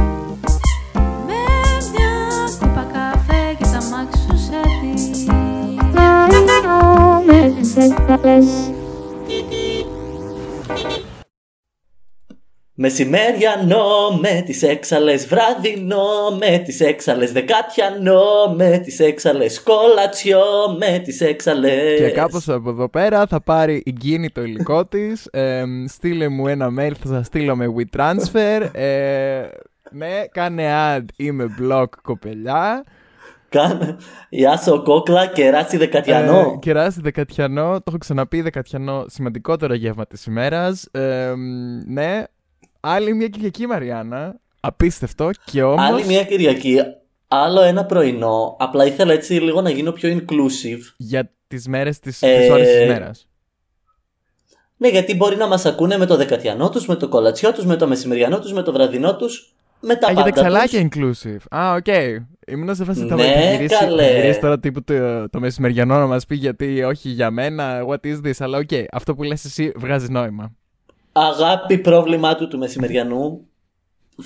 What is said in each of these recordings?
Με μια κούπα καφέ και τα μάξ σου σε τη. Μεσημέριανό με τις έξαλες βραδινό με τις έξαλες δεκάτιανό με τις έξαλες κολατσιό με τις έξαλες Και κάπως από εδώ πέρα θα πάρει εκείνη το υλικό της. στείλε μου ένα mail, θα σας στείλω με WeTransfer. Ε, ναι, κάνε ad, είμαι blog κοπελιά. Κάνε Ιάσο Κόκλα και Ράσι Δεκατιανό Ε, κεράσι δεκατιανό, το έχω ξαναπεί δεκατιανό, σημαντικότερο γεύμα της ημέρας. Ε, ναι, άλλη μια Κυριακή Μαριάννα. Απίστευτο και όμως. Άλλη μια Κυριακή, άλλο ένα πρωινό Απλά ήθελα έτσι λίγο να γίνω πιο inclusive Για τις μέρες της Ε, ε... ώρες της ημέρας. Ναι, γιατί μπορεί να μας ακούνε με το δεκατιανό τους, με το κολατσιό τους, με το μεσημεριανό τους, με το βραδινό τους, με τα Α, για πάντα τους. τα ξαλάκια inclusive. Α, οκ. Ήμουν σε φάση θα Ναι, θα γυρίσει, θα καλέ. γυρίσει τώρα τύπου το, το μεσημεριανό να μας πει γιατί όχι για μένα, what is this, αλλά οκ. Αυτό που λες εσύ βγάζει νόημα. Αγάπη πρόβλημά του του μεσημεριανού.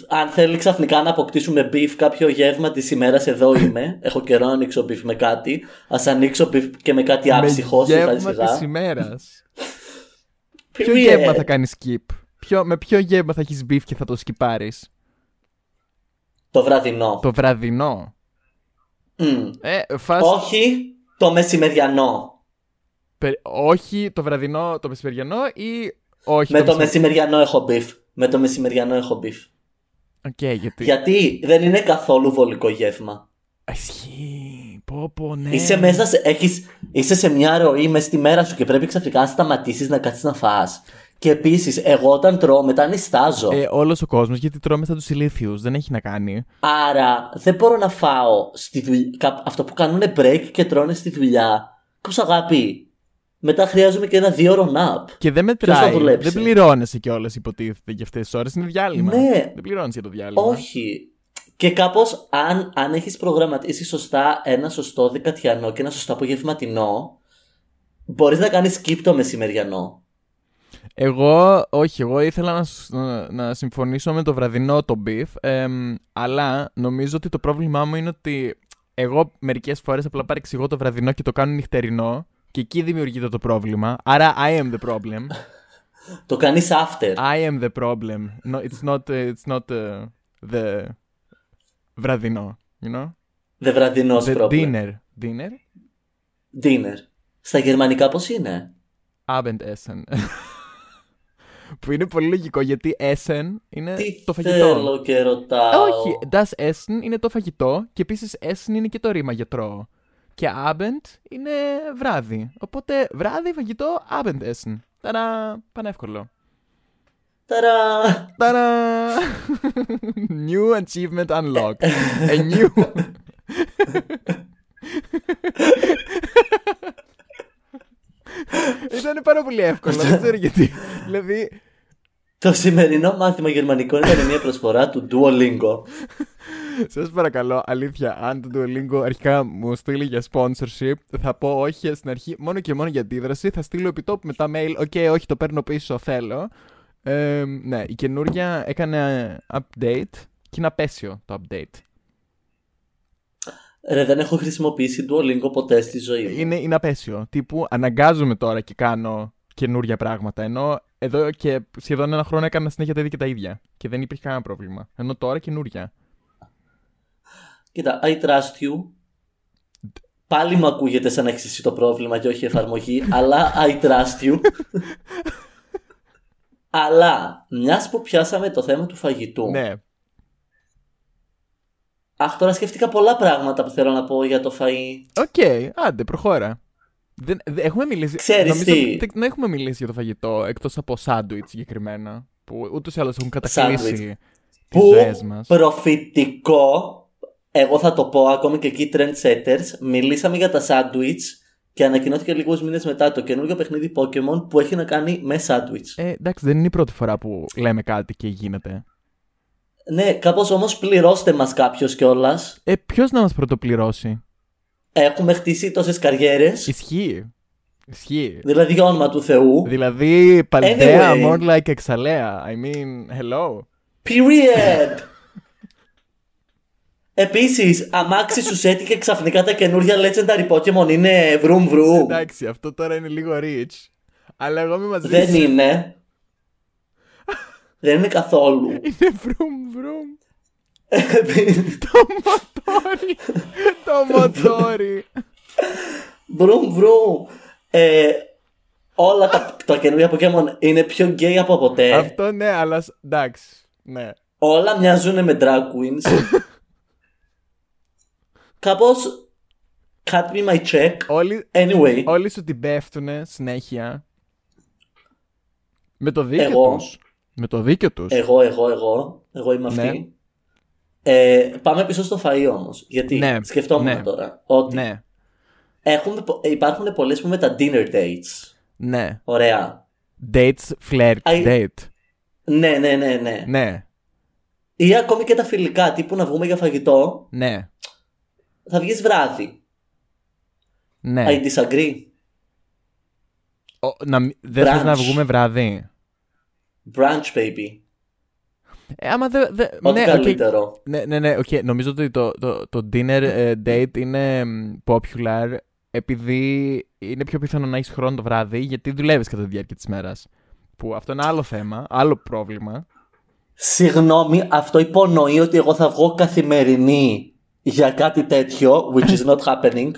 Αν θέλει ξαφνικά να αποκτήσουμε beef κάποιο γεύμα της ημέρας, εδώ είμαι. Έχω καιρό να ανοίξω beef με κάτι. Ας ανοίξω beef και με κάτι άψυχο, με σιγά γεύμα σιγά. της ημέρας. ποιο γεύμα θα κάνεις skip. Ποιο, με ποιο γεύμα θα έχεις beef και θα το σκυπάρεις. Το βραδινό. Το βραδινό. Μμ. Ε, φας... Όχι το μεσημεριανό. Πε- όχι το βραδινό, το μεσημεριανό ή όχι με το μεσημεριανό. μεσημεριανό έχω beef. Με το μεσημεριανό έχω beef. Οκ, γιατί. Γιατί δεν είναι καθόλου βολικό γεύμα. Ισχύει. Πω, πω, ναι. Είσαι μέσα, σε, έχεις, είσαι σε μια ροή μέσα στη μέρα σου και πρέπει ξαφνικά να σταματήσεις να κάτσει να φας. Και επίσης, εγώ όταν τρώω, μετά νιστάζω. Ε, Όλος ο κόσμος γιατί τρώμε σαν τους ηλίθιους. Δεν έχει να κάνει. Άρα δεν μπορώ να φάω στη δουλειά. κα- Αυτό που κάνουν break και τρώνε στη δουλειά. Κόψα αγάπη. Μετά χρειάζομαι και ένα δύο ώρο nap. Και δεν θα μετράει. δουλέψει? Δεν πληρώνεσαι κιόλας, υποτίθεται για αυτές τις ώρες. Είναι διάλειμμα. Ναι. Δεν πληρώνει για το διάλειμμα. Όχι. Και κάπως, αν, αν έχεις προγραμματίσει σωστά ένα σωστό δεκατιανό και ένα σωστό απογευματινό, μπορείς να κάνεις skip το μεσημεριανό. Εγώ, όχι, εγώ ήθελα να, σ- να- να συμφωνήσω με το βραδινό το beef. εμ, αλλά νομίζω ότι το πρόβλημά μου είναι ότι εγώ μερικές φορές απλά παρεξηγώ το βραδινό και το κάνω νυχτερινό. Και εκεί δημιουργείται το πρόβλημα. Άρα I am the problem. Το κάνεις after. I am the problem. No, it's not, uh, it's not uh, the βραδινό. You know? Δε βραδινό the πρόβλημα. dinner. Dinner? Dinner. Στα γερμανικά πώς είναι. Abendessen. που είναι πολύ λογικό γιατί Essen είναι Τι Ε, το φαγητό. θέλω και ρωτάω. Όχι, das Essen είναι το φαγητό και επίσης Essen είναι και το ρήμα για τρώω. Και Abend είναι βράδυ. Οπότε βράδυ, φαγητό, Abendessen. Ταρά, πανεύκολο. Ταρά. Ταρά! new achievement unlocked. A new. Ήταν πάρα πολύ εύκολο, δεν ξέρω γιατί. δηλαδή, Το σημερινό μάθημα γερμανικών ήταν μια προσφορά του Duolingo. Σας παρακαλώ, αλήθεια, αν το Duolingo αρχικά μου στείλει για sponsorship, θα πω όχι στην αρχή, μόνο και μόνο για αντίδραση. Θα στείλω επιτόπου μετά mail, οκ, όχι, το παίρνω πίσω, θέλω. Ε, ναι, η καινούρια έκανε update και είναι απέσιο το update. Ρε, δεν έχω χρησιμοποιήσει Duolingo ποτέ στη ζωή μου. Είναι, είναι απέσιο. Τύπου αναγκάζομαι τώρα και κάνω καινούρια πράγματα. Ενώ εδώ και σχεδόν ένα χρόνο έκανα συνέχεια τα ίδια και τα ίδια. Και δεν υπήρχε κανένα πρόβλημα. Ενώ τώρα καινούρια. Κοίτα, I trust you. Πάλι μου ακούγεται σαν να έχεις εσύ το πρόβλημα και όχι η εφαρμογή, αλλά I trust you. αλλά, μιας που πιάσαμε το θέμα του φαγητού. Ναι. Αχ, τώρα σκέφτηκα πολλά πράγματα που θέλω να πω για το φαΐ. Οκ, άντε, προχώρα. Δεν, δε- έχουμε μιλήσει. Ξέρεις νομίζω τι. ότι Δεν έχουμε μιλήσει για το φαγητό εκτός από σάντουιτ συγκεκριμένα. Που ούτως ή άλλως έχουν κατακλείσει τις Που ζωές μας. προφητικό, εγώ θα το πω ακόμη και εκεί trendsetters, μιλήσαμε για τα σάντουιτς και ανακοινώθηκε λίγους μήνες μετά το καινούργιο παιχνίδι Pokemon που έχει να κάνει με σάντουιτς. Ε, εντάξει, δεν είναι η πρώτη φορά που λέμε κάτι και γίνεται. Ναι, κάπως όμως πληρώστε μας κάποιος κιόλας. Ε, ποιος να μας πρωτοπληρώσει. Έχουμε χτίσει τόσες καριέρες Ισχύει. Ισχύει. Δηλαδή για όνομα του Θεού. Δηλαδή, παλαιτέα, Anyway. more like εξαλέα. I mean, hello. Period! Επίσης, αμάξι σου σέτηκε ξαφνικά τα καινούργια legendary Pokemon είναι βρουμ βρουμ. Εντάξει, αυτό τώρα είναι λίγο rich. Αλλά εγώ με μαζί Δεν είναι. Δεν είναι καθόλου. Είναι βρουμ βρουμ. Το μοτόρι. Το μοτόρι. Βρουμ βρουμ. Ε, όλα τα, τα καινούργια Pokemon είναι πιο γκέι από ποτέ. Αυτό ναι, αλλά σ- εντάξει. Ναι. Όλα μοιάζουν με drag queens. Κάπως Cut me my check. Όλοι, Anyway. όλοι σου την πέφτουνε συνέχεια. Με το δίκιο Εγώ. τους. Με το δίκιο τους. Εγώ, εγώ, εγώ. Εγώ είμαι αυτή. Ναι. Ε, πάμε πίσω στο φαΐ όμως. Γιατί Ναι, σκεφτόμουν ναι. τώρα ότι Ναι. έχουμε, πο- ε, υπάρχουν πολλές που με τα dinner dates. Ναι. Ωραία. Dates, flirt, I- date. Ναι, ναι, ναι, ναι. Ναι. Ή ακόμη και τα φιλικά, τύπου να βγούμε για φαγητό, Ναι. θα βγεις βράδυ. Ναι. I disagree. Ο- να, μ- δεν θες να Brunch. βγούμε βράδυ. Brunch, baby. Ε, άμα δεν... Δε, Ό,τι ναι, οκ. καλύτερο. ναι, ναι, ναι, οκ. Νομίζω ότι το, το, το dinner ε, date είναι μ, popular επειδή είναι πιο πιθανό να έχεις χρόνο το βράδυ γιατί δουλεύεις κατά τη διάρκεια της μέρας. Που αυτό είναι άλλο θέμα, άλλο πρόβλημα. Συγγνώμη, αυτό υπονοεί ότι εγώ θα βγω καθημερινή για κάτι τέτοιο, which is not happening.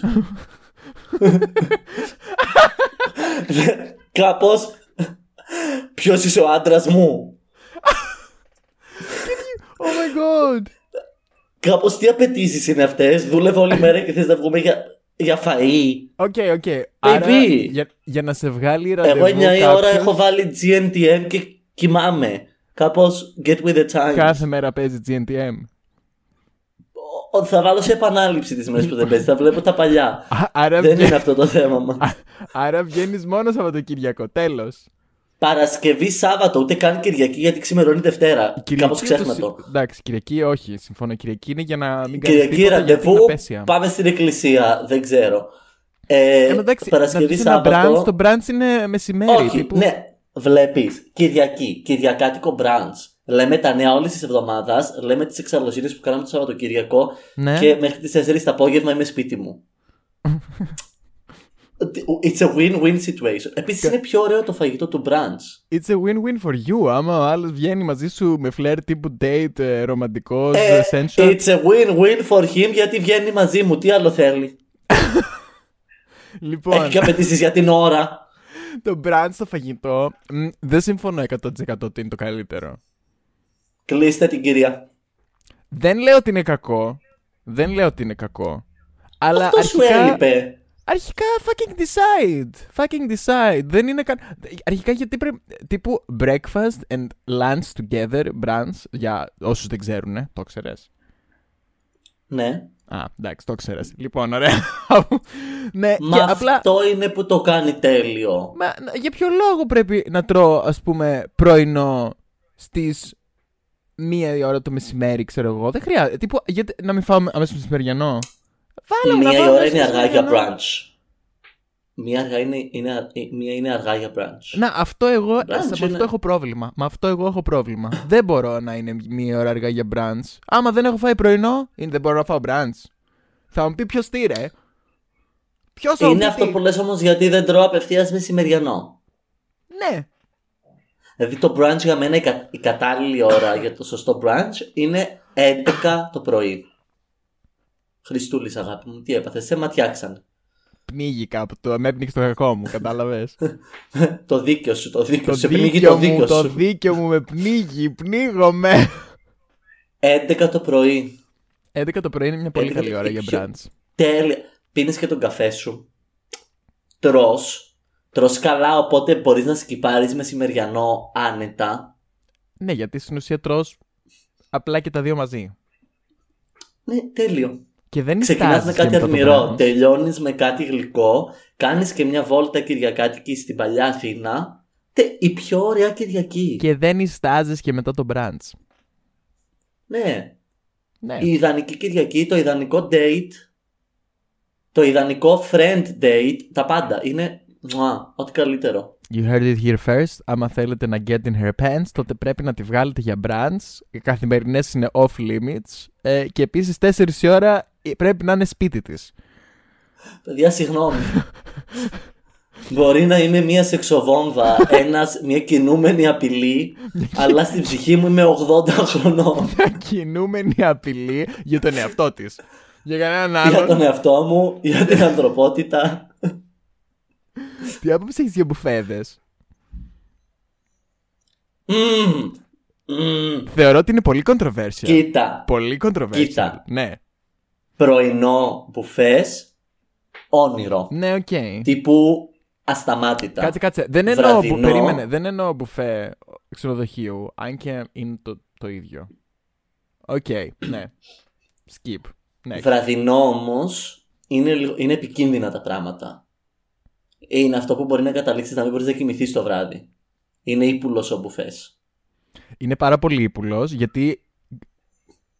Κάπως, ποιος είσαι ο άντρας μου. Oh my god! Κάπως τι απαιτήσεις είναι αυτές, δούλευα όλη μέρα και θες να βγούμε για, για φαΐ. Οκ, οκ. Άρα, Baby. για, για να σε βγάλει ραντεβού Εγώ 9 η ώρα κάποιος, έχω βάλει GNTM και κοιμάμαι. Κάπως get with the times. Κάθε μέρα παίζει GNTM. Ο- Θα βάλω σε επανάληψη τις μέρες που δεν παίζει, θα βλέπω τα παλιά. Α, άρα, δεν βγα- είναι αυτό το θέμα μας. άρα βγαίνεις μόνος Σαββατοκύριακο, τέλος. Παρασκευή, Σάββατο, ούτε καν Κυριακή γιατί ξημερώνει Δευτέρα. Κάπω ξέχνα το- το. Εντάξει, Κυριακή όχι, συμφωνώ. Κυριακή είναι για να μην κάνεις Κυριακή τίποτα γιατί ραντεβού, είναι απέσια. πάμε στην εκκλησία, δεν ξέρω. Ε, Ε, εντάξει, Παρασκευή, να πεις ένα brunch, Σάββατο. το brunch είναι μεσημέρι. Όχι, τύπου. ναι, βλέπεις. Κυριακή, Κυριακάτικο brunch. Λέμε τα νέα όλης της εβδομάδας, λέμε τις εξαλλοσύνε που κάναμε το Σαββατοκύριακο Ναι. και μέχρι τις 4 το απόγευμα είμαι σπίτι μου. It's a win-win situation. Επίσης είναι πιο ωραίο το φαγητό του brunch. It's a win-win for you. Άμα ο άλλος βγαίνει μαζί σου με φλερ τύπου date, ε, ρομαντικός, Ε, sensual. It's a win-win for him γιατί βγαίνει μαζί μου. Τι άλλο θέλει. Λοιπόν, Έχει και απαιτήσεις για την ώρα. το brunch στο φαγητό, μ, δεν συμφωνώ 100% ότι είναι το καλύτερο. Κλείστε την κυρία. Δεν λέω ότι είναι κακό. Δεν λέω ότι είναι κακό. Αλλά Αυτός σου αρχικά- έλειπε. Αρχικά, fucking decide. Fucking decide. Δεν είναι καν. Αρχικά, γιατί πρέπει. Τύπου breakfast and lunch together, brunch. Για όσους δεν ξέρουν, το ξέρες. Ναι. Α, εντάξει, το ξέρες. Λοιπόν, ωραία. ναι, Μα και απλά. αυτό είναι που το κάνει τέλειο. Μα, να- για ποιο λόγο πρέπει να τρώω, ας πούμε, πρωινό στις μία η ώρα το μεσημέρι, ξέρω εγώ. Δεν χρειάζεται. Τύπου, γιατί, να μην φάω αμέσω μεσημεριανό. Βάλε μου να Μία η φάω ώρα αμέσως είναι αργά για μεσημεριανό. brunch. Μία, αργά είναι, είναι, α- ε, μία είναι αργά για brunch. Να, αυτό εγώ. ε, Brunch σε- με είναι. αυτό έχω πρόβλημα. Με αυτό εγώ έχω πρόβλημα. δεν μπορώ να είναι μία ώρα αργά για brunch. Άμα δεν έχω φάει πρωινό, είναι δεν μπορώ να φάω brunch. Θα μου πει ποιος τι, ρε. Ποιος θα μου πει. είναι αυτό τι. που λες όμως γιατί δεν τρώω απευθείας μεσημεριανό. Ναι. Δηλαδή το brunch για μένα η, κα- η κατάλληλη ώρα για το σωστό brunch είναι 11 το πρωί. Χριστούλης αγάπη μου, τι έπαθες, σε ματιάξαν. Πνίγει κάπου. Το, με έπνιξε το κακό μου, κατάλαβες. Το δίκιο σου, το δίκιο το σου. Πνίγει το δίκιο μου, δίκιο το σου. δίκιο μου με πνίγει. Πνίγομαι. 11 το πρωί. 11 το πρωί είναι μια πολύ Έλεγα καλή και ώρα για πιο- brunch. Τέλεια. Πίνεις και τον καφέ σου. Τρώ. Τρώ καλά, οπότε μπορείς να σκυπάρεις μεσημεριανό άνετα. Ναι, γιατί στην ουσία τρως απλά και τα δύο μαζί. Ναι, τέλειο. Και δεν Ξεκινάς με ιστάζεις και κάτι μετά το αδμυρό. brunch. Τελειώνεις με κάτι γλυκό. Κάνεις και μια βόλτα Κυριακάτικη στην παλιά Αθήνα. Τε, η πιο ωραία Κυριακή. Και δεν ιστάζεις και μετά το brunch. Ναι. Ναι. Η ιδανική Κυριακή, το ιδανικό date. Το ιδανικό friend date. Τα πάντα. Είναι Μουά, ό,τι καλύτερο. You heard it here first. Άμα θέλετε να get in her pants, τότε πρέπει να τη βγάλετε για brands. Οι καθημερινές είναι off limits. Ε, και επίσης 4 η ώρα ε, πρέπει να είναι σπίτι της. Παιδιά, συγγνώμη. Μπορεί να είμαι μια σεξοβόμβα, ένας, μια κινούμενη απειλή, αλλά στην ψυχή μου είμαι 80 χρονών. Κινούμενη απειλή για τον εαυτό της. Για κανέναν για τον άλλον. εαυτό μου, για την ανθρωπότητα. Τι άποψη έχεις για μπουφέδες. Μμμ. Μμμ. Θεωρώ ότι είναι πολύ controversial. Κοίτα, Πολύ controversial. Κοίτα. Ναι. πρωινό μπουφές, όνειρο. Ναι, οκ. Τύπου ασταμάτητα. Κάτσε, κάτσε. Δεν εννοώ, που, Βραδινό. περίμενε, δεν εννοώ μπουφέ ξενοδοχείου, αν και είναι το, το ίδιο. Οκ, ναι. Skip. Ναι. Βραδινό όμως είναι, λίγο- είναι επικίνδυνα τα πράγματα. Είναι αυτό που μπορεί να καταλήξεις να μην μπορείς να κοιμηθείς το βράδυ. Είναι ύπουλο ο μπουφές. Είναι πάρα πολύ ύπουλος, γιατί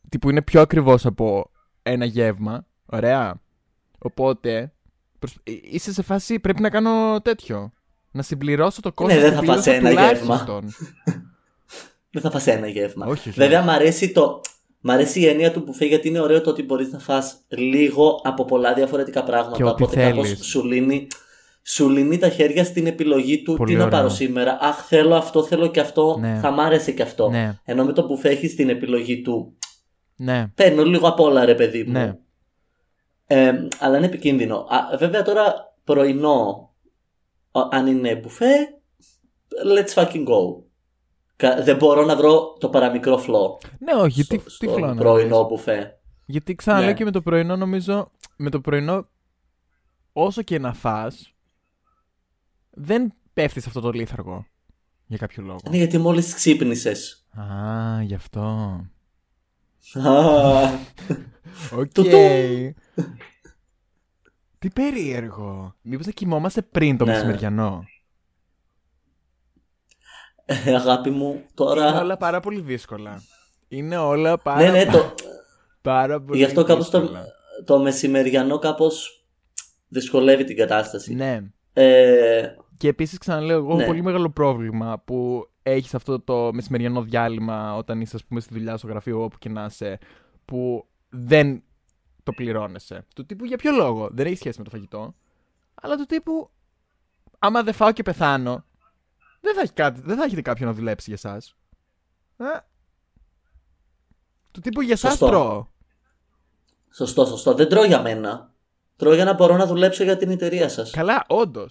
τύπου είναι πιο ακριβώς από ένα γεύμα. Ωραία. Οπότε, προσ- ε, είσαι σε φάση πρέπει να κάνω τέτοιο. Να συμπληρώσω το κόστο Ναι, δεν θα φας ένα γεύμα. Δεν θα φας ένα γεύμα. Όχι, όχι. Βέβαια, μ' αρέσει, το... μ' αρέσει η έννοια του μπουφέ γιατί είναι ωραίο το ότι μπορείς να φας λίγο από πολλά διαφορετικά πράγματα. Και ό,τι Οπότε κάπως θέλεις. σου λύνει, σου λύνει τα χέρια στην επιλογή του Πολύ τι να ωραίο. πάρω σήμερα. Αχ, θέλω αυτό, θέλω και αυτό. Ναι. Θα μ' άρεσε και αυτό. Ναι, Ενώ με το μπουφέ έχει την επιλογή του ναι. Παίρνω λίγο απ' όλα, ρε παιδί μου. Ναι. Ε, αλλά είναι επικίνδυνο. Α, βέβαια τώρα πρωινό, α, αν είναι μπουφέ, let's fucking go. Κα- Δεν μπορώ να βρω το παραμικρό φλό Ναι, όχι, τι, στο- τι στο φλόνα λες. πρωινό μπουφέ. Γιατί ξαναλέω Ναι. και με το πρωινό νομίζω, με το πρωινό όσο και να φας, δεν πέφτεις σε αυτό το λίθαργο. Για κάποιο λόγο. Ναι, γιατί μόλις ξύπνησες. Α, γι' αυτό. Α, Οκ. Τουτουμ. Τι περίεργο. Μήπως να κοιμόμαστε πριν το Ναι. μεσημεριανό. ε, αγάπη μου, Είναι τώρα... όλα πάρα πολύ δύσκολα. Είναι όλα πάρα, Ναι, ναι, το, πάρα πολύ γι' αυτό κάπως το, δύσκολα. το μεσημεριανό κάπως δυσκολεύει την κατάσταση. Ναι. Ε, Και επίσης, ξαναλέω, εγώ έχω Ναι. πολύ μεγάλο πρόβλημα που έχεις αυτό το μεσημεριανό διάλειμμα όταν είσαι, ας πούμε, στη δουλειά, στο γραφείο, όπου και να είσαι, που δεν το πληρώνεσαι. Του τύπου για ποιο λόγο. Δεν έχει σχέση με το φαγητό. Αλλά του τύπου, άμα δεν φάω και πεθάνω, δεν θα, έχει κάτι, δεν θα έχετε κάποιον να δουλέψει για εσά. Του τύπου για εσά Σωστό. τρώω. Σωστό, σωστό. Δεν τρώω για μένα. Τρώω για να μπορώ να δουλέψω για την εταιρεία σας. Καλά, όντως.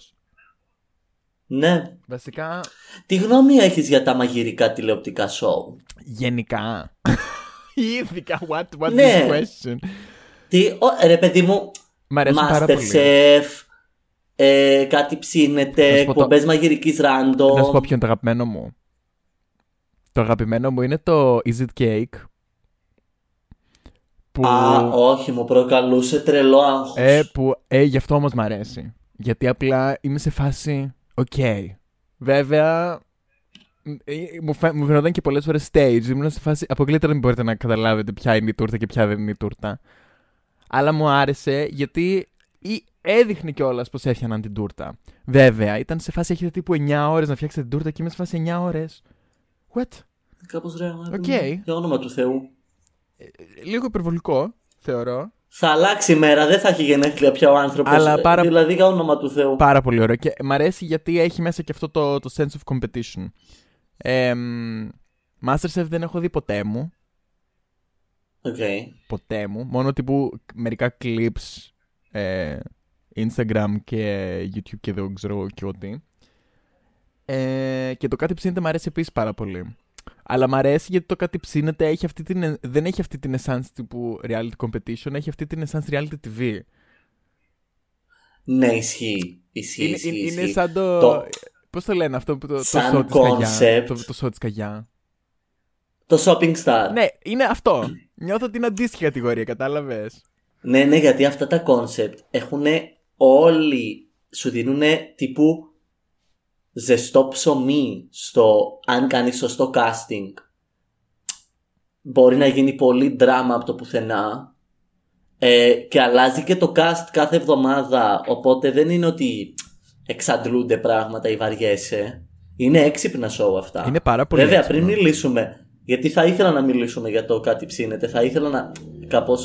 Ναι. Βασικά, Τι γνώμη έχεις για τα μαγειρικά τηλεοπτικά σοου. γενικά. Ειδικά, what, what's Ναι. this question. Τι, ο, ε, ρε παιδί μου, Μ' αρέσει πάρα πολύ. Masterchef, ε, κάτι Να ψήνεται, σου πω το- εκπομπές μαγειρικής Να σου πω random. ποιο είναι το αγαπημένο μου. Το αγαπημένο μου είναι το Is It Cake. Που, Α, όχι, μου προκαλούσε τρελό άγχος. ε, που, ε, γι' αυτό όμως μ' αρέσει. Γιατί απλά είμαι σε φάση, οκ. Βέβαια, μ, ε, μου, φα... μου φαινόταν και πολλές φορές stage. Ήμουν σε φάση, αποκλείται να μην μπορείτε να καταλάβετε ποια είναι η τούρτα και ποια δεν είναι η τούρτα. Αλλά μου άρεσε γιατί ή έδειχνε κιόλας πώ έφτιαναν την τούρτα. Βέβαια, ήταν σε φάση έχετε τύπου 9 ώρες να φτιάξετε την τούρτα και είμαι σε φάση 9 ώρες. What? Κάπως ρε, αγάπη Οκ. μου, για όνομα του Θεού. Ε, Λίγο υπερβολικό, θεωρώ. Θα αλλάξει η μέρα, δεν θα έχει γενέθλια πια ο άνθρωπος. Αλλά ε, πάρα- Δηλαδή για όνομα του Θεού. Πάρα πολύ ωραίο. Και μ' αρέσει γιατί έχει μέσα και αυτό το, το sense of competition. Ε, Masterchef δεν έχω δει ποτέ μου. Οκ. Ποτέ μου. Μόνο τύπου μερικά clips ε, Instagram και YouTube και δεν ξέρω εγώ και εγώ τι. Ε, και το κάτι ψήνεται μ' αρέσει επίσης πάρα πολύ. Αλλά μ' αρέσει γιατί το κάτι ψήνεται έχει αυτή την, δεν έχει αυτή την essence τύπου reality competition, έχει αυτή την essence reality TV. Ναι, ισχύει. Ισχύει, Είναι, ισχύει, είναι, είναι ισχύει. σαν το. Το- Πώς το λένε αυτό που το, το Σαν σοου της καγιά. concept. Το, το σοου της καγιά. Το shopping star. Ναι, είναι αυτό. Νιώθω την αντίστοιχη κατηγορία, κατάλαβες. Ναι, ναι, γιατί αυτά τα κόνσεπτ έχουν όλοι. Σου δίνουν τύπου ζεστό ψωμί στο αν κάνει σωστό casting. Μπορεί να γίνει πολύ δράμα από το πουθενά. Ε, και αλλάζει και το cast κάθε εβδομάδα. Οπότε δεν είναι ότι εξαντλούνται πράγματα ή βαριέσαι. Είναι έξυπνα σοου αυτά. Είναι πάρα πολύ Βέβαια, έξυπνο. πριν μιλήσουμε, γιατί θα ήθελα να μιλήσουμε για το κάτι ψήνεται, θα ήθελα να κάπως.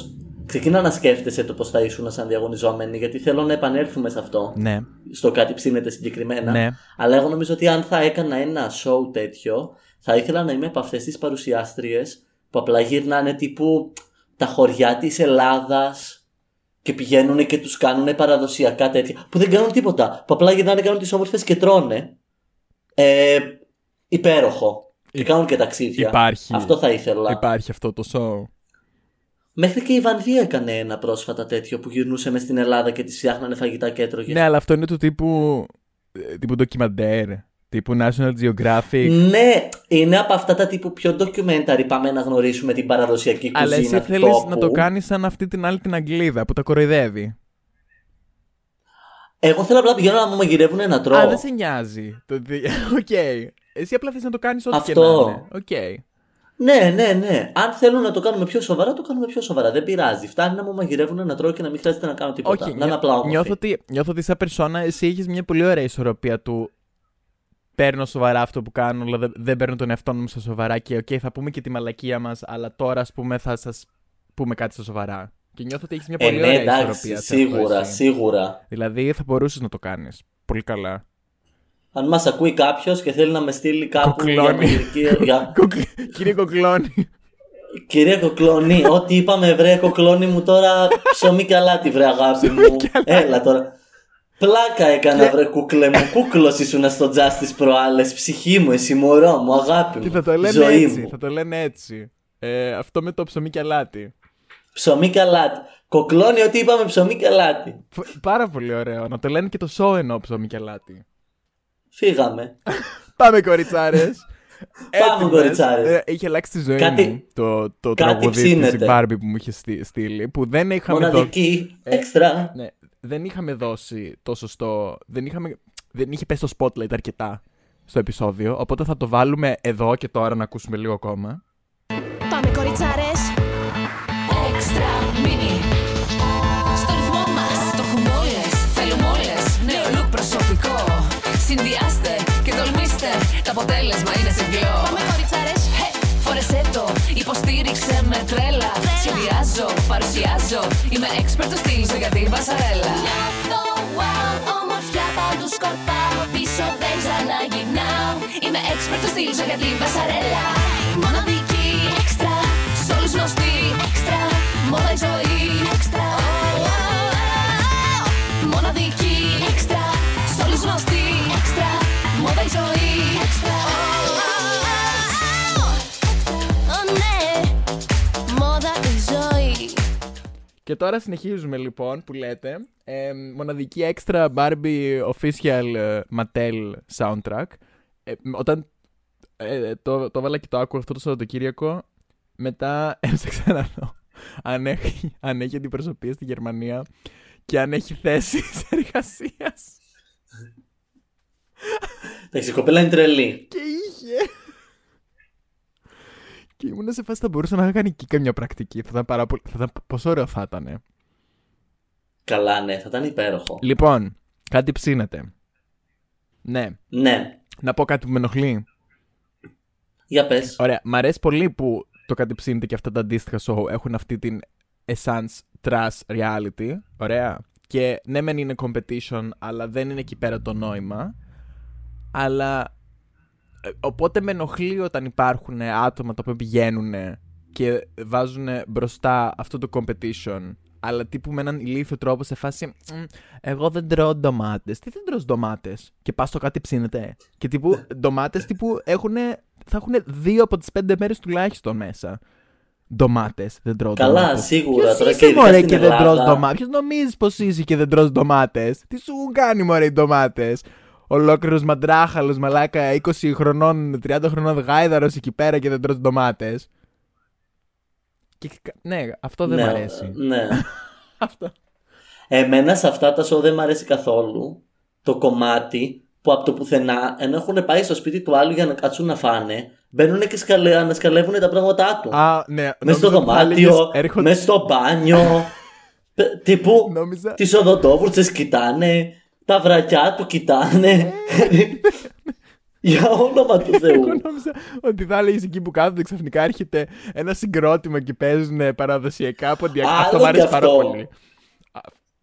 Ξεκίνα να σκέφτεσαι το πώς θα ήσουν σαν διαγωνιζόμενοι, γιατί θέλω να επανέλθουμε σε αυτό. Ναι. Στο κάτι ψήνεται συγκεκριμένα. Ναι. Αλλά εγώ νομίζω ότι αν θα έκανα ένα show τέτοιο, θα ήθελα να είμαι από αυτές τις παρουσιάστριες που απλά γυρνάνε τύπου τα χωριά της Ελλάδας και πηγαίνουν και τους κάνουν παραδοσιακά τέτοια. Που δεν κάνουν τίποτα. Που απλά γυρνάνε, κάνουν τις όμορφες και τρώνε. Ε, υπέροχο. Και Υ- κάνουν και ταξίδια. Υπάρχει. Αυτό θα ήθελα. Υπάρχει αυτό το show. Μέχρι και η Βανδία έκανε ένα πρόσφατα τέτοιο που γυρνούσε μες στην Ελλάδα και της φτιάχνανε φαγητά και έτρωγε. Ναι, αλλά αυτό είναι του τύπου. ε, τύπου ντοκιμαντέρ. Τύπου National Geographic. Ναι, είναι από αυτά τα τύπου πιο documentary. Πάμε να γνωρίσουμε την παραδοσιακή κουζίνα Αλλά εσύ του θέλει τόπου. να το κάνεις σαν αυτή την άλλη την Αγγλίδα που τα κοροϊδεύει. Εγώ θέλω απλά να πηγαίνω να μου μαγειρεύουν να τρώω. Α, δεν σε νοιάζει. Το ότι- Οκ. Εσύ απλά θες να το κάνεις ό,τι και να Αυτό. είναι. Οκ. Ναι, ναι, ναι. Αν θέλουν να το κάνουμε πιο σοβαρά, το κάνουμε πιο σοβαρά. Δεν πειράζει. Φτάνει να μου μαγειρεύουν να τρώω και να μην χρειάζεται να κάνω τίποτα. Όχι, να είναι νιώ- απλά όμορφη. νιώθω ότι, νιώθω ότι σαν περσόνα εσύ είχε μια πολύ ωραία ισορροπία του παίρνω σοβαρά αυτό που κάνω, αλλά δεν, δεν παίρνω τον εαυτό μου στα σοβαρά και οκ, θα πούμε και τη μαλακία μας, αλλά τώρα ας πούμε θα σας πούμε κάτι στα σοβαρά. Και νιώθω ότι έχεις μια Ε, πολύ ναι, ωραία εντάξει, ισορροπία. σε αυτό σίγουρα, εσύ. σίγουρα. Δηλαδή θα μπορούσες να το κάνεις. Πολύ καλά. Αν μας ακούει κάποιος και θέλει να με στείλει κάπου. για Κοκλώνει. μαγειρική- για- Κοκλ- Κύριε Κοκλώνη. Κυρία Κοκλώνη, ό,τι είπαμε βρε Κοκλώνη μου τώρα ψωμί και αλάτι βρε αγάπη μου. Έλα τώρα. Πλάκα Ναι. έκανα βρε κούκλε μου, κούκλος ήσουν στο τζάς της προάλλες, ψυχή μου, εσύ μωρό μου, αγάπη μου, και θα το λένε ζωή έτσι. μου. Θα το λένε έτσι. Ε, αυτό με το ψωμί και αλάτι. Ψωμί και αλάτι. Κοκλώνη, ό,τι είπαμε ψωμί και αλάτι. Φ- Πάρα πολύ ωραίο. Να το λένε και το σόενο εννοώ ψωμί και αλάτι. Φύγαμε. Πάμε κοριτσάρες. Πάμε, κοριτσάρες. Είχε αλλάξει τη ζωή Κάτι- μου το, κάτι το τραγούδι της ψήνεται. Barbie που μου είχε στεί- στείλει. Που δεν είχαμε, δω... Μοναδική, έξτρα. ναι, δεν είχαμε δώσει το σωστό. Δεν, είχαμε... δεν είχε πέσει το spotlight αρκετά στο επεισόδιο. Οπότε θα το βάλουμε εδώ και τώρα να ακούσουμε λίγο ακόμα. Πάμε κοριτσάρες Έξτρα μίνι Στο ρυθμό μας Το έχουμε όλες, θέλουμε όλες Νέο look προσωπικό Συνδυάστε και τολμήστε Το αποτέλεσμα είναι συγκλό Πάμε κοριτσάρες Χε, φορέσέ το Υποστήριξε με τρέλα Σχεδιάζω, παρουσιάζω Είμαι expert του στυλ σου για την πασαρέλα Νιώθω wow, ομορφιά παντού σκορπάω Πίσω δεν ξαναγυρνάω Είμαι expert του στυλ σου για την πασαρέλα Μοναδική, έξτρα Σ' όλους γνωστή, έξτρα Μόδα η ζωή, έξτρα Oh, oh, oh. Μοναδική, έξτρα Σ' όλους γνωστή, έξτρα Μόδα η ζωή, έξτρα Oh, oh, oh. Ω, ναι. Μόδα η ζωή Και τώρα συνεχίζουμε λοιπόν που λέτε. Ε, μοναδική έξτρα Barbie official ε, Mattel soundtrack. Ε, μ- όταν ε, το, το βάλα και το άκουγα αυτό το Σαββατοκύριακο, μετά έψαξα να δω αν έχει, αν έχει αντιπροσωπεία στη Γερμανία και αν έχει θέσει εργασίας. Εντάξει, η κοπέλα είναι τρελή. Και είχε. Και ήμουν σε φάση θα μπορούσα να είχα κάνει και καμιά πρακτική. Θα ήταν πάρα πολύ. Θα ήταν, πόσο ωραίο θα ήταν. Καλά, ναι, θα ήταν υπέροχο. Λοιπόν, κάτι ψήνεται. Ναι. Ναι, Να πω κάτι που με ενοχλεί. για πες. Ωραία. Μ' αρέσει πολύ που το κατεψύνεται και αυτά τα αντίστοιχα show έχουν αυτή την essence trans reality. Ωραία. Και ναι, μεν είναι competition, αλλά δεν είναι εκεί πέρα το νόημα. Αλλά. ε, Οπότε με ενοχλεί όταν υπάρχουν άτομα τα οποία πηγαίνουν και βάζουν μπροστά αυτό το competition. Αλλά τύπου με έναν ηλίθιο τρόπο σε φάση. «Μμ, Εγώ δεν τρώω ντομάτες. Τι δεν τρως ντομάτες. Και πας στο κάτι ψήνεται. Και τύπου ντομάτες τύπου έχουν. Θα έχουν δύο από τις πέντε μέρες τουλάχιστον μέσα. Ντομάτες. Δεν τρώω Καλά, ντομάτες. σίγουρα, Ποιος τώρα είσαι, και ειδικά μωρέ, στην και δεν τρως Ελλάδα. ντομάτε. Ποιος νομίζεις πως είσαι και δεν τρως ντομάτες. Τι σου έχουν κάνει, μωρέ, οι ντομάτες. Ολόκληρος μαντράχαλος, μαλάκα, 20 χρονών, 30 χρονών γάιδαρος εκεί πέρα και δεν τρως ντομάτες. Και, ναι, αυτό δεν ναι, μ' αρέσει. Ναι. Αυτό. Εμένα σε αυτά τα show δεν μ' αρέσει καθόλου το κομμάτι που από το πουθενά, ενώ έχουν πάει στο σπίτι του άλλου για να κάτσουν να φάνε, μπαίνουν και σκαλε... ανασκαλεύουν τα πράγματά του. Α, ναι. μέσα στο νόμιζα ότι θα δωμάτιο, έλεγες, έρχονται- μέσα στο μπάνιο. π- τύπου Νόμιζα- τις οδοντόβουρτσες κοιτάνε. τα βρακιά του Ε. κοιτάνε. Για όνομα του Θεού. Εγώ νόμιζα ότι θα έλεγες εκεί που κάθονται ξαφνικά έρχεται ένα συγκρότημα και παίζουν παραδοσιακά ποντιακά. Άλλο Αυτό κι μου αρέσει πάρα αυτό. πολύ.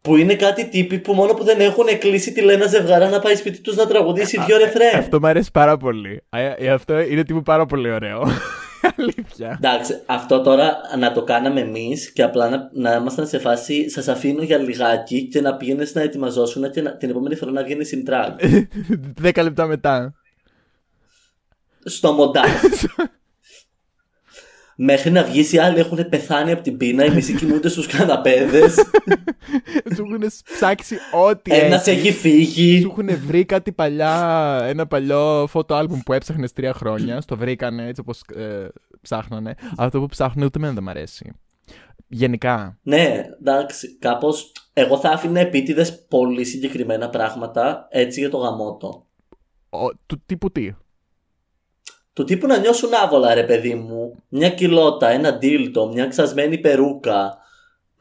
που είναι κάτι τύποι που μόνο που δεν έχουν κλείσει τη λένε ζευγαρά να πάει σπίτι τους να Ε, τραγουδήσει δύο ρεφρέν. Αυτό μου αρέσει πάρα πολύ. Α, ε, ε, Αυτό είναι τύπου πάρα πολύ ωραίο. Αλήθεια. Εντάξει, αυτό τώρα να το κάναμε εμείς και απλά να, να ήμασταν σε φάση σας αφήνω για λιγάκι και να πήγαινε να ετοιμαζόσουν και να, την επόμενη φορά να βγαίνει in drag. Δέκα λεπτά μετά. στο μοντάζ. Μέχρι να βγεις οι άλλοι έχουν πεθάνει από την πείνα, οι μισοί κοιμούνται στους καναπέδες, Του έχουν ψάξει ό,τι ένας έχει. έχει Του φύγει. έχουν βρει κάτι παλιά, ένα παλιό φωτο άλμπουμ που έψαχνε τρία χρόνια. Στο βρήκανε έτσι όπως ψάχνανε. Αυτό που ψάχνουν ούτε εμένα δεν μ' αρέσει. Γενικά. Ναι, εντάξει, κάπως εγώ θα άφηνα επίτηδες πολύ συγκεκριμένα πράγματα έτσι για το γαμότο. Ο, του τύπου τι. Του τύπου να νιώσουν άβολα ρε παιδί μου, μια κοιλότα, ένα ντύλτο, μια ξασμένη περούκα,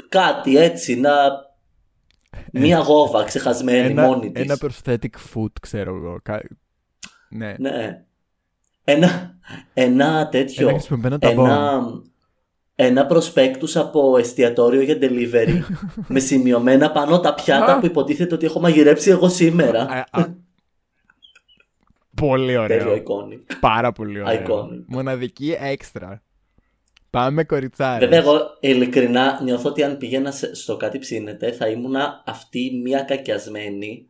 κάτι έτσι να... Μια γόβα ξεχασμένη Ε, Ένα, μόνη της. ένα prosthetic foot, ξέρω εγώ. Κα... Ναι. Ναι. Ένα, ένα τέτοιο. Ένα χρησιμοποιημένο ταμπόν. ένα, ένα προσπέκτους από εστιατόριο για delivery με σημειωμένα πάνω τα πιάτα που υποτίθεται ότι έχω μαγειρέψει εγώ σήμερα. Α, α. Πολύ Τέλειο ωραίο. εικόνη. Πάρα πολύ ωραίο. Iconic. Μοναδική έξτρα. Πάμε κοριτσάρες. Βέβαια, εγώ ειλικρινά νιώθω ότι αν πήγαινα σε- στο κάτι ψήνεται, θα ήμουνα αυτή μία κακιασμένη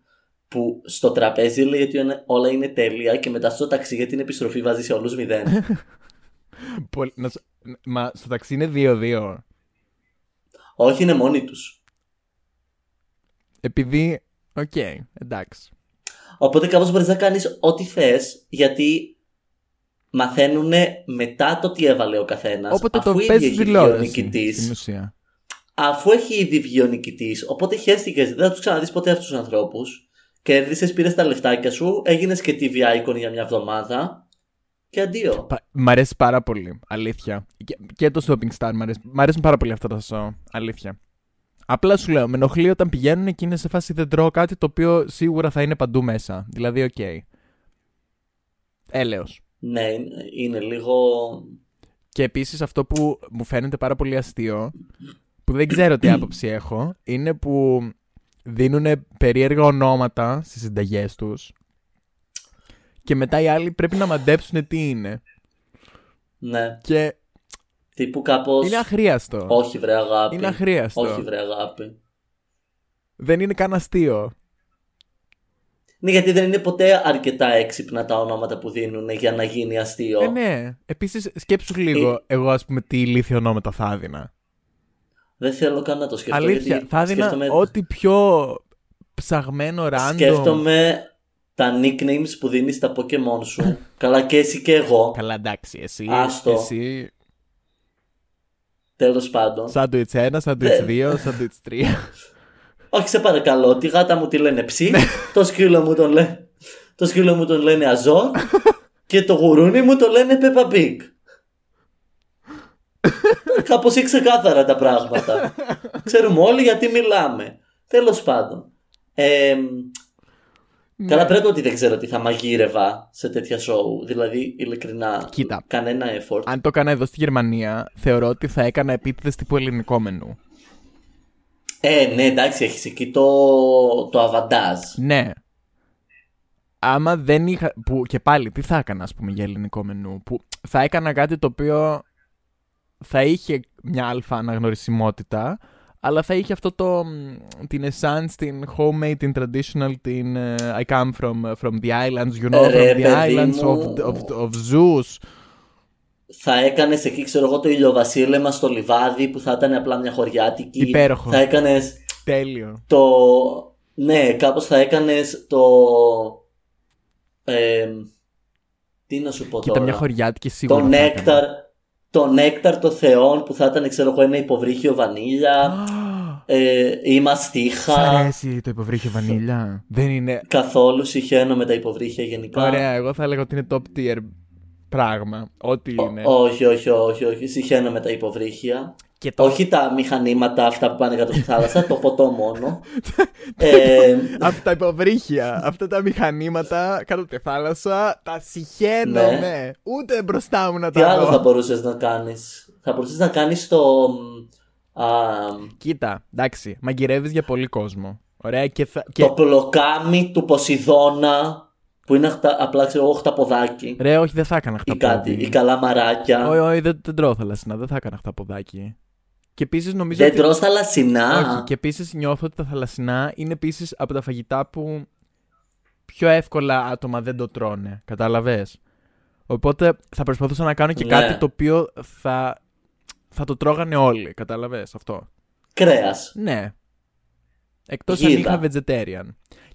που στο τραπέζι λέει ότι είναι- όλα είναι τέλεια και μετά στο ταξί για την επιστροφή βάζει σε όλους μηδέν. Πολύ- να σου- Μα στο ταξί είναι 2-2. Όχι, είναι μόνοι τους. Επειδή. Οκ, εντάξει. Οπότε κάπως μπορείς να κάνεις ό,τι θες, γιατί μαθαίνουν μετά το τι έβαλε ο καθένας. Όποτε το αφού ήδη παίζει έχει βγει δηλώνει. ο νικητής, Στην ουσία. αφού έχει ήδη βγει ο νικητής, οπότε χαίστηκες, δεν θα τους ξαναδείς ποτέ αυτούς τους ανθρώπους. Κέρδισες, πήρες τα λεφτάκια σου, έγινες και TV icon για μια εβδομάδα και αντίο. Πα- Μ' αρέσει πάρα πολύ. Αλήθεια. Και, και το shopping star μ' αρέσει. Μ' αρέσουν πάρα πολύ αυτά τα show. Αλήθεια. Απλά σου λέω, με ενοχλεί όταν πηγαίνουν και είναι σε φάση δεν τρώω κάτι το οποίο σίγουρα θα είναι παντού μέσα. Δηλαδή, οκ. Έλεος. Ναι, είναι- είναι λίγο... Και επίσης αυτό που μου φαίνεται πάρα πολύ αστείο, που δεν ξέρω τι άποψη έχω, είναι που δίνουν περίεργα ονόματα στις συνταγές τους. Και μετά οι άλλοι πρέπει να μαντέψουν τι είναι. Ναι, Και τύπου κάπως... είναι αχρίαστο. Όχι βρε αγάπη. Είναι αχρίαστο. Όχι βρε αγάπη. Δεν είναι καν αστείο. Ναι, γιατί δεν είναι ποτέ αρκετά έξυπνα τα ονόματα που δίνουν για να γίνει αστείο. Ε, ναι. Επίσης, σκέψου λίγο, Ε. εγώ ας πούμε, τι ηλίθιο ονόματα θα έδινα. Δεν θέλω καν να το σκεφτώ. Αλήθεια, γιατί θα έδινα σκέφτομαι, ό,τι πιο ψαγμένο random. σκέφτομαι τα nicknames που δίνεις στα Pokemon σου. Καλά και εσύ και εγώ. Καλά, εντάξει, εσύ. Άστο. Εσύ. Τέλος πάντων. Σάντουιτς 1, Ναι. σάντουιτς 2, σάντουιτς 3. Όχι σε παρακαλώ, τη γάτα μου τη λένε ψή. το, σκύλο μου τον λέ... το σκύλο μου τον λένε Αζόρ. και το γουρούνι μου το λένε Peppa Pig. Κάπως είναι ξεκάθαρα τα πράγματα. Ξέρουμε όλοι γιατί μιλάμε. Τέλος πάντων. Εμ, Καλά, πρέπει ότι δεν ξέρω τι θα μαγείρευα σε τέτοια σοου. Δηλαδή, ειλικρινά, Κοίτα. κανένα effort. Αν το έκανα εδώ στη Γερμανία, θεωρώ ότι θα έκανα επίτηδες τύπου ελληνικό μενού. Ε, ναι, εντάξει, έχεις εκεί το, το αβαντάζ. Ναι. Άμα δεν είχα. Που, και πάλι, τι θα έκανα, ας πούμε, για ελληνικό μενού. Που θα έκανα κάτι το οποίο θα είχε μια αλφα αναγνωρισιμότητα, αλλά θα είχε αυτό το. μ, την essence, την homemade, την traditional, την. ε, I come from, from the islands, you know, Ε, ρε, from the παιδί islands μου. of, of, of Zeus. Θα έκανες εκεί, ξέρω εγώ, το ηλιοβασίλεμα στο λιβάδι που θα ήταν απλά μια χωριάτικη. Υπέροχο. Θα έκανες Τέλειο. το. Ναι, κάπως θα έκανες το. Ε, τι να σου πω Κοίτα, τώρα. μια χωριάτικη σίγουρα. το θα έκανα. νέκταρ. Το νέκταρ των θεών που θα ήταν, ξέρω εγώ, ένα υποβρύχιο βανίλια. Ε, ή Σ' μαστίχα. αρέσει το υποβρύχιο βανίλια. Δεν είναι. Καθόλου συχαίνω με τα υποβρύχια γενικά. Ωραία, εγώ θα λέγω ότι είναι top tier πράγμα. Ό,τι είναι. Όχι, όχι, όχι, όχι. Συχαίνω με τα υποβρύχια. Και το- Όχι τα μηχανήματα αυτά που πάνε κάτω στη θάλασσα, το ποτό μόνο. ε, Αυτά τα υποβρύχια, αυτά τα μηχανήματα κάτω από τη θάλασσα, τα συχαίνομαι. Ναι. Ούτε μπροστά μου να τι τα άλλο δω. θα μπορούσες να κάνεις. Θα μπορούσες να κάνεις το. μ, α, Κοίτα, εντάξει, μαγειρεύεις για πολύ κόσμο. Ωραία, και, θα... και... Το πλοκάμι του Ποσειδώνα που είναι αχτα- απλά ξέρω εγώ χταποδάκι Ρε, όχι, δεν θα έκανα ή χταπόδι. κάτι, ή καλαμαράκια. Ε, Όχι, όχι, δεν, δεν τρώω θαλασσινά, δεν θα έκανα χταποδάκι. Και επίσης νομίζω. Δεν ότι... τρως θαλασσινά. Όχι, και επίσης νιώθω ότι τα θαλασσινά είναι επίσης από τα φαγητά που πιο εύκολα άτομα δεν το τρώνε. Κατάλαβες. Οπότε θα προσπαθούσα να κάνω και Ναι. κάτι το οποίο θα, θα το τρώγανε όλοι. Κατάλαβες αυτό. Κρέας. Ναι. Εκτός αν Γίδα. είχα vegetarian.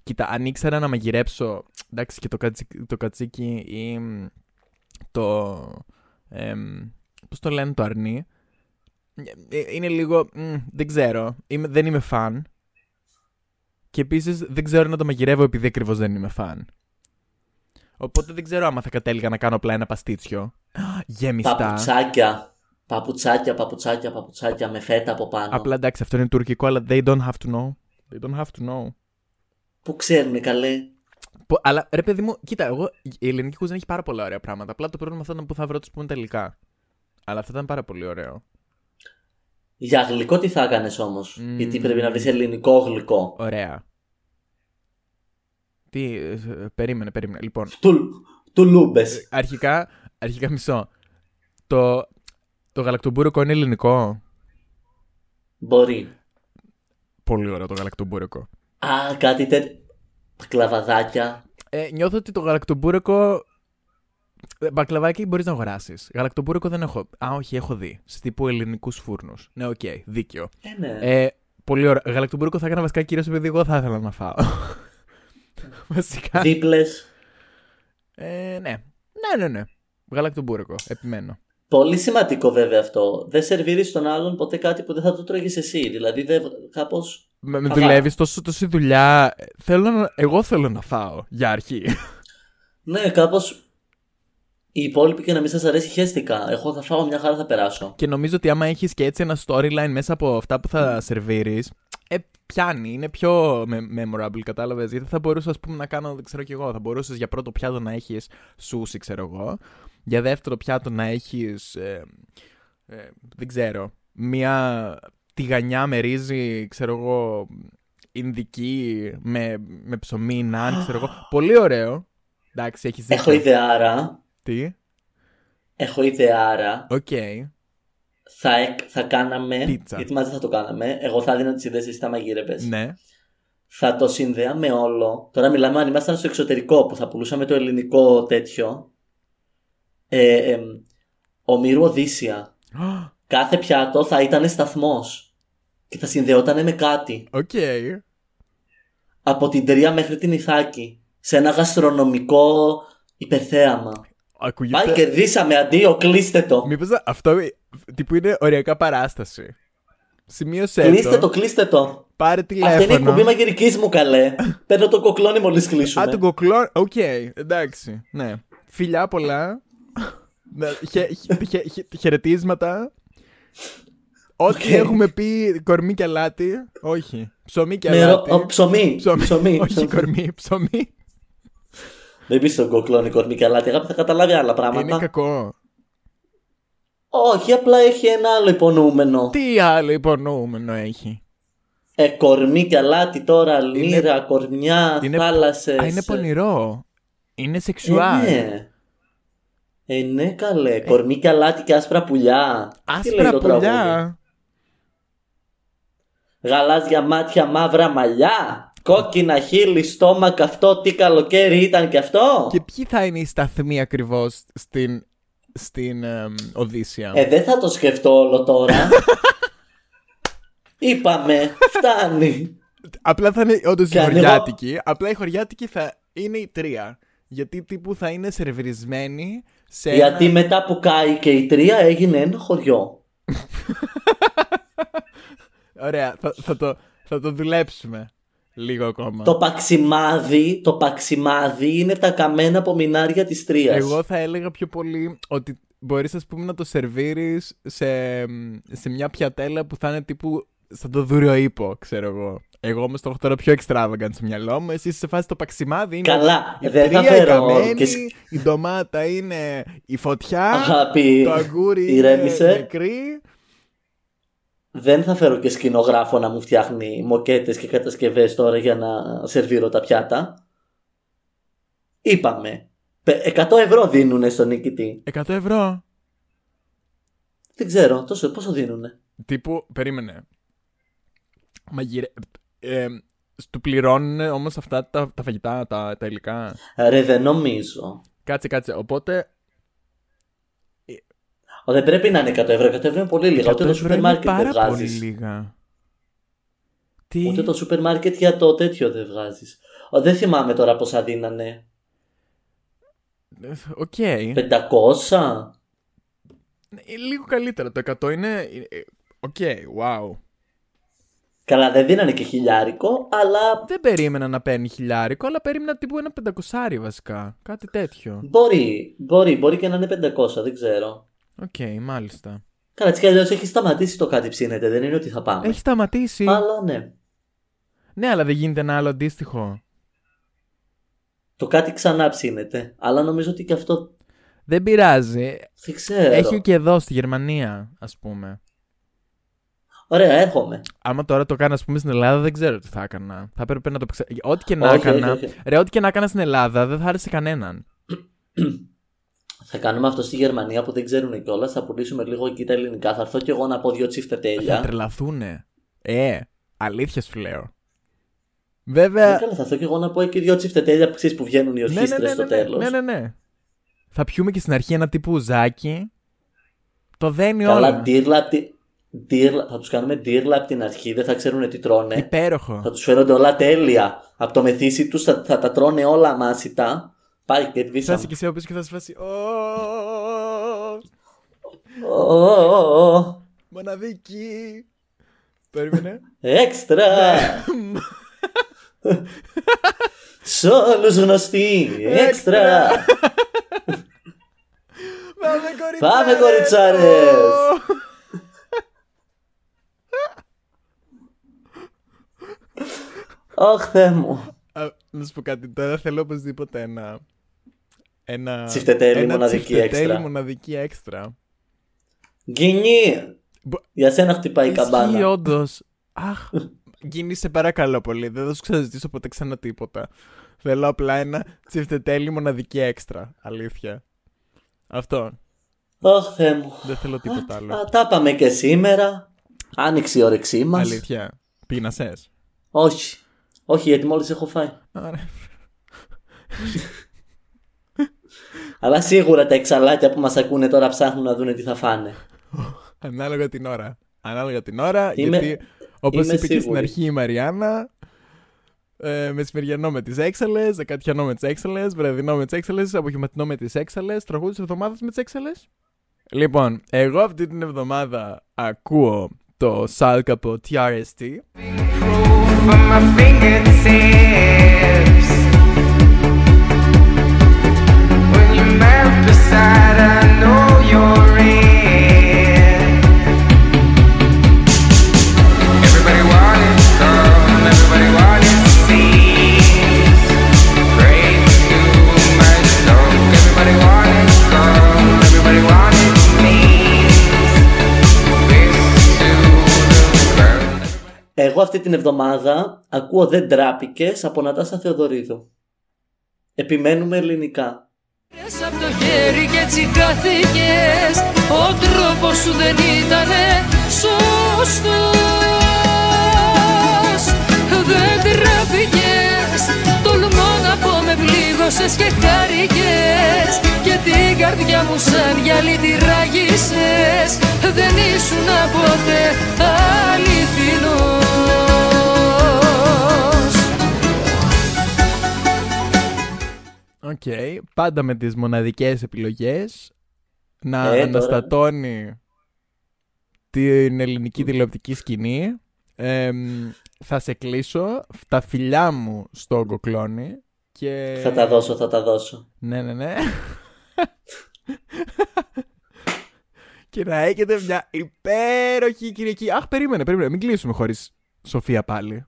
Κοίτα, αν ήξερα να μαγειρέψω. Εντάξει, και το, κατσίκι, το κατσίκι ή μ, το. εμ, πώς το λένε το αρνί. Ε, ε, Είναι λίγο. μ, δεν ξέρω. Είμαι, δεν είμαι φαν. Και επίσης δεν ξέρω να το μαγειρεύω επειδή ακριβώς δεν είμαι φαν. Οπότε δεν ξέρω άμα θα κατέληγα να κάνω απλά ένα παστίτσιο. Γεμιστά. Παπουτσάκια. Παπουτσάκια, παπουτσάκια, παπουτσάκια με φέτα από πάνω. Απλά εντάξει, αυτό είναι τουρκικό, αλλά they don't have to know. They don't have to know. Πού ξέρουν καλέ. Πο- αλλά ρε παιδί μου, κοίτα, εγώ η ελληνική κουζίνα έχει πάρα πολλά ωραία πράγματα. Απλά το πρόβλημα θα ήταν που θα βρω τους πούμε τελικά. Αλλά αυτό ήταν πάρα πολύ ωραίο. Για γλυκό τι θα έκανες όμως. Μμμ. Γιατί πρέπει να βρεις ελληνικό γλυκό. Ωραία. Τι. ε, ε, περίμενε, περίμενε. Λοιπόν, Του, του λούμπες. αρχικά, αρχικά μισό. Το, το γαλακτομπούρεκο είναι ελληνικό. Μπορεί. Πολύ ωραίο το γαλακτομπούρεκο. Α, κάτι τέτοιο. Κλαβαδάκια. Ε, νιώθω ότι το γαλακτομπούρεκο. ε, Μπακλαβάκι μπορείς να αγοράσεις. Γαλακτομπούρεκο δεν έχω. Α, όχι, έχω δει. Σε τύπου ελληνικούς φούρνους. Ναι, οκ, δίκαιο. Ε, ναι. Ε, πολύ ωραία. Γαλακτομπούρικο θα έκανα βασικά κυρίως επειδή εγώ θα ήθελα να φάω. βασικά. Δίπλες. Ε, ναι. Ναι, ναι, ναι. Γαλακτομπούρικο. Επιμένω. Πολύ σημαντικό βέβαια αυτό. Δεν σερβίρεις τον άλλον ποτέ κάτι που δεν θα το τρώγε εσύ. Δηλαδή, δεν, κάπως... Με, με Καλά. δουλεύεις τόσο, τόση δουλειά. Ε, Θέλω να, εγώ θέλω να φάω για αρχή. Ναι, κάπως Οι υπόλοιποι και να μην σας αρέσει, χαίστηκα. Εγώ θα φάω μια χαρά, θα περάσω. και νομίζω ότι άμα έχεις και έτσι ένα storyline μέσα από αυτά που θα σερβίρεις, ε, πιάνει. Είναι πιο me- memorable, κατάλαβες. Γιατί θα μπορούσα, ας πούμε, να κάνω, δεν ξέρω κι εγώ, θα μπορούσες για πρώτο πιάτο να έχεις σούσι, ξέρω εγώ. Για δεύτερο πιάτο να έχεις. Ε, ε, δεν ξέρω. Μία τηγανιά με ρύζι, ξέρω εγώ, Ινδική, με, με ψωμί, ναν, ξέρω εγώ. Πολύ ωραίο. Εντάξει, έχεις Έχω δίκιο. ιδεάρα. Τι. Έχω ιδεάρα. Οκ. Θα, εκ- θα κάναμε. Πίτσα. Γιατί μαζί θα το κάναμε. Εγώ θα δίνω τις ιδέες, εσύ θα μαγείρευε. Ναι. Θα το συνδέα με όλο. Τώρα μιλάμε αν ήμασταν στο εξωτερικό που θα πουλούσαμε το ελληνικό τέτοιο. Ε, ε, ομήρου Οδύσσια. Κάθε πιάτο θα ήταν σταθμός. Και θα συνδεόταν με κάτι. Οκ. Από την Τρία μέχρι την Ιθάκη. Σε ένα γαστρονομικό υπερθέαμα. Ακούγεται. Πάει, κερδίσαμε αντίο, κλείστε το. Μήπως να- αυτό ε, τύπου είναι ωριακά παράσταση. Σημείωσέ Κλείστε το, το, κλείστε το. πάρε Αυτή είναι η εκπομπή τηλέφωνο. μαγειρικής μου, καλέ. Παίρνω το κοκλόνι μόλις Α, τον κλείσουμε. κοκλό, οκ, εντάξει, ναι. Φιλιά πολλά, Να- χε- χε- χε- χε- χαιρετίσματα, Οκ. ό,τι έχουμε πει κορμί και αλάτι, όχι, ψωμί και Με Ναι, ρο- ο, αλάτι. ψωμί. Ψωμί. όχι ψωμί. κορμί, ψωμί. Δεν πεις στον κοκλόνι κορμί και αλάτι, αγάπη, θα καταλάβει άλλα Είναι πράγματα. κακό. Όχι, απλά έχει ένα άλλο υπονοούμενο. Τι άλλο υπονοούμενο έχει. Ε, κορμί και αλάτι τώρα, λίρα, κορμιά, είναι- θάλασσες. Α, είναι πονηρό. Είναι σεξουάλ. Ε, ναι. Ε, ναι, καλέ. Κορμί και αλάτι και άσπρα πουλιά. Τι λέει Άσπρα το τραγούδι? πουλιά. Γαλάζια μάτια, μαύρα μαλλιά. Κόκκινα χείλη, στόμα καυτό. Τι καλοκαίρι ήταν και αυτό. Και ποιοι θα είναι οι σταθμοί ακριβώς στην, στην εμ, Οδύσσια. Ε, δεν θα το σκεφτώ όλο τώρα. Είπαμε, φτάνει. απλά θα είναι όντως οι και ανοίγω- χωριάτικοι. Απλά οι χωριάτικοι θα είναι οι τρία. Γιατί τύπου θα είναι σερβιρισμένοι σε. ένα- Γιατί μετά που κάει και η τρία έγινε ένα χωριό. Ωραία, θα, θα το, θα το δουλέψουμε. Λίγο ακόμα. Το παξιμάδι, το παξιμάδι είναι τα καμένα απομεινάρια της τρίας. Εγώ θα έλεγα πιο πολύ ότι μπορείς ας πούμε να το σερβίρεις σε, σε μια πιατέλα που θα είναι τύπου σαν το δούριο ύπο, ξέρω εγώ. Εγώ όμως το έχω τώρα πιο extravagant στο μυαλό μου. Εσύ είσαι σε φάση το παξιμάδι. Είναι Καλά, η Ε, δεν θα τρία, η φέρω καμένη, και σ- Η ντομάτα είναι η φωτιά. Αγάπη, το αγκούρι είναι ηρέμησε. νεκρή. Δεν θα φέρω και σκηνογράφο να μου φτιάχνει μοκέτες και κατασκευές τώρα για να σερβίρω τα πιάτα. Είπαμε. Πε- 100 ευρώ δίνουνε στον νικητή. 100 ευρώ. Δεν ξέρω, τόσο, πόσο δίνουνε. Τύπου, περίμενε. Μαγειρε... Ε, του πληρώνουν όμως αυτά τα, τα φαγητά, τα, τα υλικά. Ρε, δεν νομίζω. Κάτσε, κάτσε. Οπότε. Ω, Δεν πρέπει να είναι 100 ευρώ. 100 ευρώ είναι πολύ λίγα. 100 Ούτε το ευρώ σούπερ είναι μάρκετ πάρα δεν πολύ βγάζεις. λίγα. Τι. Ούτε το σούπερ μάρκετ για το τέτοιο δεν βγάζεις. Δεν θυμάμαι τώρα πόσα δίνανε. Ε, Οκ. 500. Ε, Λίγο καλύτερα. Το 100 είναι. ε, ε, Οκ, wow. Καλά, δεν δίνανε και χιλιάρικο, αλλά Δεν περίμενα να παίρνει χιλιάρικο, αλλά περίμενα τύπου ένα πεντακοσάρι βασικά. Κάτι τέτοιο. μπορεί, μπορεί, μπορεί και να είναι 500, δεν ξέρω. Οκ, μάλιστα. Καλά, έτσι κι αλλιώς έχει σταματήσει το κάτι ψήνεται, δεν είναι ότι θα πάμε. Έχει σταματήσει. Αλλά ναι. Ναι, αλλά δεν γίνεται ένα άλλο αντίστοιχο. Το κάτι ξανά ψήνεται. Αλλά νομίζω ότι και αυτό. Δεν πειράζει. Δεν ξέρω. Έχει και εδώ στη Γερμανία, ας πούμε. Ωραία, έρχομαι. Άμα τώρα το κάνω, ας πούμε, στην Ελλάδα, δεν ξέρω τι θα έκανα. Θα έπρεπε να το ξα... Ό,τι και να Όχι, έκανα. όχι, όχι. Ρε, ό,τι και να έκανα στην Ελλάδα, δεν θα άρεσε κανέναν. Θα κάνουμε αυτό στη Γερμανία που δεν ξέρουν κιόλας. Θα πουλήσουμε λίγο εκεί τα ελληνικά. Θα έρθω κι εγώ να πω δύο τσίφτε Θα τέλεια. τρελαθούνε. Ε, αλήθεια σου λέω. Ναι, Βέβαια. Ε, καλά, θα έρθω κι εγώ να πω εκεί δύο τσίφτε τέλεια που ξέρεις που βγαίνουν οι ορχήστρε στο τέλο. Ε, ναι, ναι, ναι. Θα πιούμε και στην αρχή ένα τύπου ζάκι. Το δένει Καλά, όλα. ντύρλα, απ' τη- ντύρλα- θα τους κάνουμε ντύρλα από την αρχή. Δεν θα ξέρουν τι τρώνε. Υπέροχο. Θα τους φέρονται όλα τέλεια. Από το μεθύσι τους θα, θα τα τρώνε όλα αμάσιτα. Πάει και Θα βίσα. είσαι και εσύ ο πίσω και θα σου φάσει. «Ω, Μοναδική. Περίμενε. Έξτρα! Σ' όλους γνωστοί! Έξτρα! Πάμε κοριτσάρες. Πάμε, κοριτσάρες. Ω. Ωχ, Θεέ μου! Α, Να σου πω κάτι τώρα. Θέλω οπωσδήποτε ένα. Ένα. Τσιφτετέλι ένα μοναδική τσιφτετέλι έξτρα. μοναδική έξτρα. Γκινή! Για σένα χτυπάει η Ισχύει καμπάνα. όντως. Αχ. Γίνει σε παρακαλώ πολύ. Δεν θα σου ξαναζητήσω ποτέ ξανά τίποτα. Θέλω απλά ένα τσιφτετέλι μοναδική έξτρα. Αλήθεια. Αυτό. Ωχ, Θεέ μου! Δεν θέλω τίποτα άλλο. Α, Τα είπαμε και σήμερα. Άνοιξε η όρεξή μας. Αλήθεια. Πίνασες. Όχι. Όχι, γιατί μόλις έχω φάει. Αλλά σίγουρα τα εξαλάκια που μας ακούνε τώρα ψάχνουν να δουν τι θα φάνε. Ανάλογα την ώρα. Ανάλογα την ώρα. Είμαι- Γιατί όπως είπε είμαι και στην σίγουρη. αρχή η Μαριάννα. Ε, μεσημεριανό με τις έξαλε, δεκατιανό με τις έξαλε, βραδινό με τις έξαλε, απογευματινό με τις έξαλε, τραγούδι της εβδομάδας με τις έξαλε. Λοιπόν, εγώ αυτή την εβδομάδα ακούω το Σάλκα από TRST. from my fingertips. When you melt beside, I know you're in. Everybody wanna come, everybody wanna see. Break through my soul. Everybody wanna come, everybody wanna meet. This to the world. Εγώ αυτή την εβδομάδα ακούω Δεν τράπηκες από Νατάσα Θεοδωρίδου. Επιμένουμε ελληνικά. Πες απ' το χέρι και έτσι χάθηκες Ο τρόπος σου δεν ήταν σωστός Δεν τραπήκες Τολμώ να πω με πλήγωσες και χάρηκες Και την καρδιά μου σαν γυαλί τη ράγισες Δεν ήσουν ποτέ αληθινός Οκ, πάντα με τις μοναδικές επιλογές να Ε, τώρα. αναστατώνει την ελληνική τηλεοπτική σκηνή. Εμ, θα σε κλείσω τα φιλιά μου στο κοκλόνι και... Θα τα δώσω, θα τα δώσω. Ναι, ναι, ναι. και να έχετε μια υπέροχη Κυριακή. Αχ, περίμενε, περίμενε. Μην κλείσουμε χωρίς Σοφία πάλι.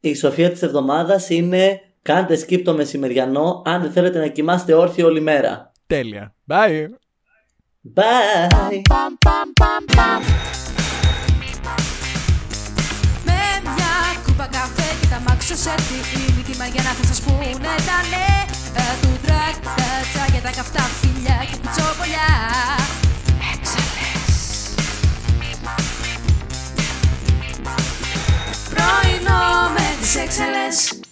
Η σοφία της εβδομάδας είναι κάντε skip το μεσημεριανό αν δεν θέλετε να κοιμάστε όρθιοι όλη μέρα. Τέλεια. Bye. Bye! Με μια κούπα καφέ και τα μάξω σε τι είναι η Μαριάννα θα σας πούνε τα νέα ε, του τρακ, τα τσάκια, τα καυτά φιλιά και πιτσόπολιά Έξαλλες Πρωινό με τις έξαλλες